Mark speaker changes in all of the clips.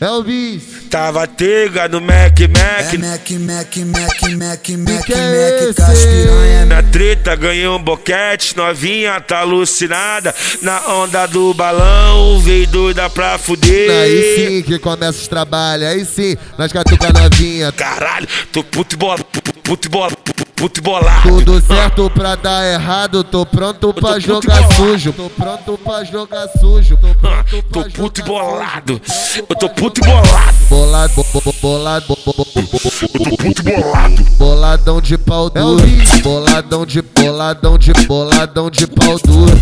Speaker 1: É o bicho.
Speaker 2: Tava teiga no Mac Mac.
Speaker 3: É Mac, Mac, Mac, Mac, Mac,
Speaker 1: que é
Speaker 3: Mac, Caspiranha.
Speaker 2: Na treta ganhei um boquete, novinha tá alucinada. Na onda do balão, veio doida pra fuder.
Speaker 1: Aí sim que começa os trabalhos, aí sim, nós catuca novinha.
Speaker 2: Caralho, tô puto e bola, puto e bola, puto e bolado.
Speaker 1: Tudo certo pra dar errado, tô pronto pra
Speaker 2: puto e
Speaker 1: jogar
Speaker 2: bolado.
Speaker 1: sujo. Tô pronto pra jogar sujo. Tô
Speaker 2: Ah,
Speaker 1: pronto pra
Speaker 2: Tô puto e
Speaker 1: jogar sujo.
Speaker 2: bolado. Eu tô puto e bolado.
Speaker 1: Bolado, bo- bo- bolado, bo- bo- bo- bo- boladão de pau
Speaker 2: É
Speaker 1: duro. Boladão de boladão de boladão de pau duro.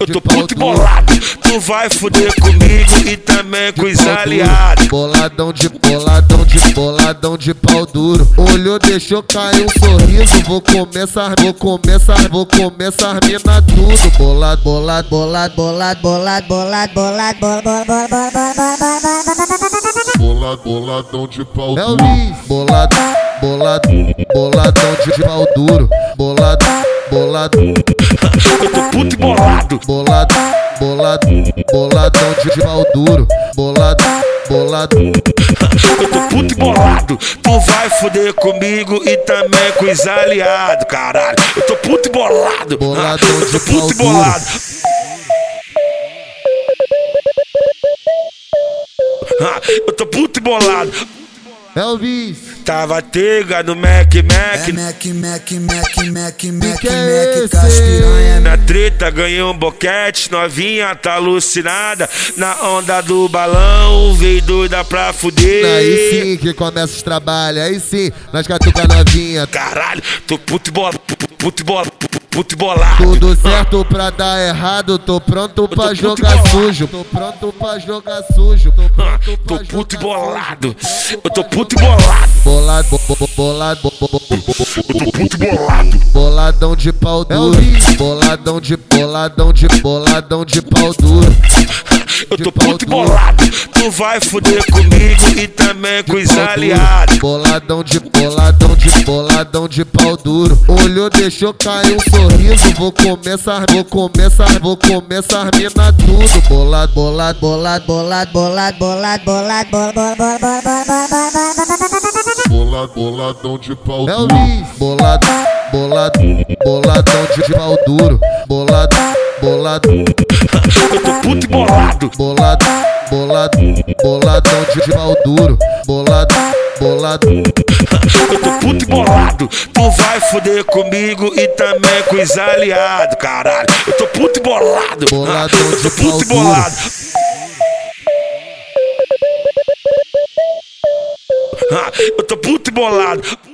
Speaker 2: Eu tô
Speaker 1: De pau
Speaker 2: puto e
Speaker 1: duro.
Speaker 2: bolado. Tu vai fuder comigo e também com os
Speaker 1: pau duro.
Speaker 2: aliados.
Speaker 1: Boladão de boladão de boladão de pau duro. Olhou, deixou cair um sorriso. Vou começar, vou começar, vou começar mina tudo. Bolado, bolado, bolado, bolado, bolado, bolado, bolado, bolado,
Speaker 4: Bolado, boladão de pau
Speaker 1: É
Speaker 4: duro.
Speaker 1: o Liz. Bolado, bolado, boladão de pau duro. Bolado, bolado,
Speaker 2: Eu tô puto e bolado.
Speaker 1: bolado, bolado, boladão de pau duro. Bolado, bolado,
Speaker 2: Eu tô puto e bolado. Tu vai fuder comigo e também com os aliados, caralho. Eu tô puto e bolado.
Speaker 1: Bolado
Speaker 2: Ah, Eu
Speaker 1: de
Speaker 2: tô puto e
Speaker 1: pau duro.
Speaker 2: bolado. Ah, Eu tô puto e bolado.
Speaker 1: é o Liz.
Speaker 2: Tava teiga no Mac
Speaker 3: É
Speaker 2: Mac.
Speaker 3: Mac, Mac, Mac, Mac, Mac,
Speaker 1: que é esse?
Speaker 3: Mac, Caspiranha.
Speaker 2: Na treta ganhei um boquete, novinha tá alucinada. Na onda do balão, veio doida pra fuder.
Speaker 1: Aí sim que começa os trabalhos, aí sim, nós catuca novinha.
Speaker 2: Caralho, tô puto e bolado, puto e bolado, puto e bolado.
Speaker 1: Tudo certo pra dar errado, tô pronto pra
Speaker 2: puto e
Speaker 1: jogar
Speaker 2: bolado.
Speaker 1: sujo. Tô pronto pra jogar sujo. Tô
Speaker 2: Ah,
Speaker 1: pronto
Speaker 2: Tô
Speaker 1: pra
Speaker 2: puto e
Speaker 1: jogar
Speaker 2: bolado. Eu tô puto e bolado.
Speaker 1: sujo. Bolado, bo- bo- bolado, bo- bo- bo- boladão de pau duro. Boladão de boladão de boladão de pau duro.
Speaker 2: Eu
Speaker 1: De
Speaker 2: tô
Speaker 1: pau
Speaker 2: puto e
Speaker 1: duro.
Speaker 2: bolado. Tu vai fuder comigo e também com os
Speaker 1: pau duro.
Speaker 2: aliados.
Speaker 1: Boladão de boladão de boladão de pau duro. Olhou, deixou cair um sorriso. Vou começar, vou começar, vou começar mina tudo. Bolado, bolado, bolado, bolado, bolado, bolado, bolado, bolado,
Speaker 4: Bolado, boladão de pau
Speaker 1: É o
Speaker 4: duro.
Speaker 1: Liz. Bolado, bolado, boladão de pau duro. Bolado, bolado,
Speaker 2: Eu tô puto e bolado.
Speaker 1: bolado, bolado, boladão de pau duro. Bolado, bolado,
Speaker 2: Eu tô puto e bolado. Tu vai fuder comigo e também com os aliados, caralho. Eu tô puto e bolado.
Speaker 1: Bolado
Speaker 2: Ah, Eu
Speaker 1: de
Speaker 2: tô puto e
Speaker 1: pau duro.
Speaker 2: bolado. Ah, Eu tô puto e bolado.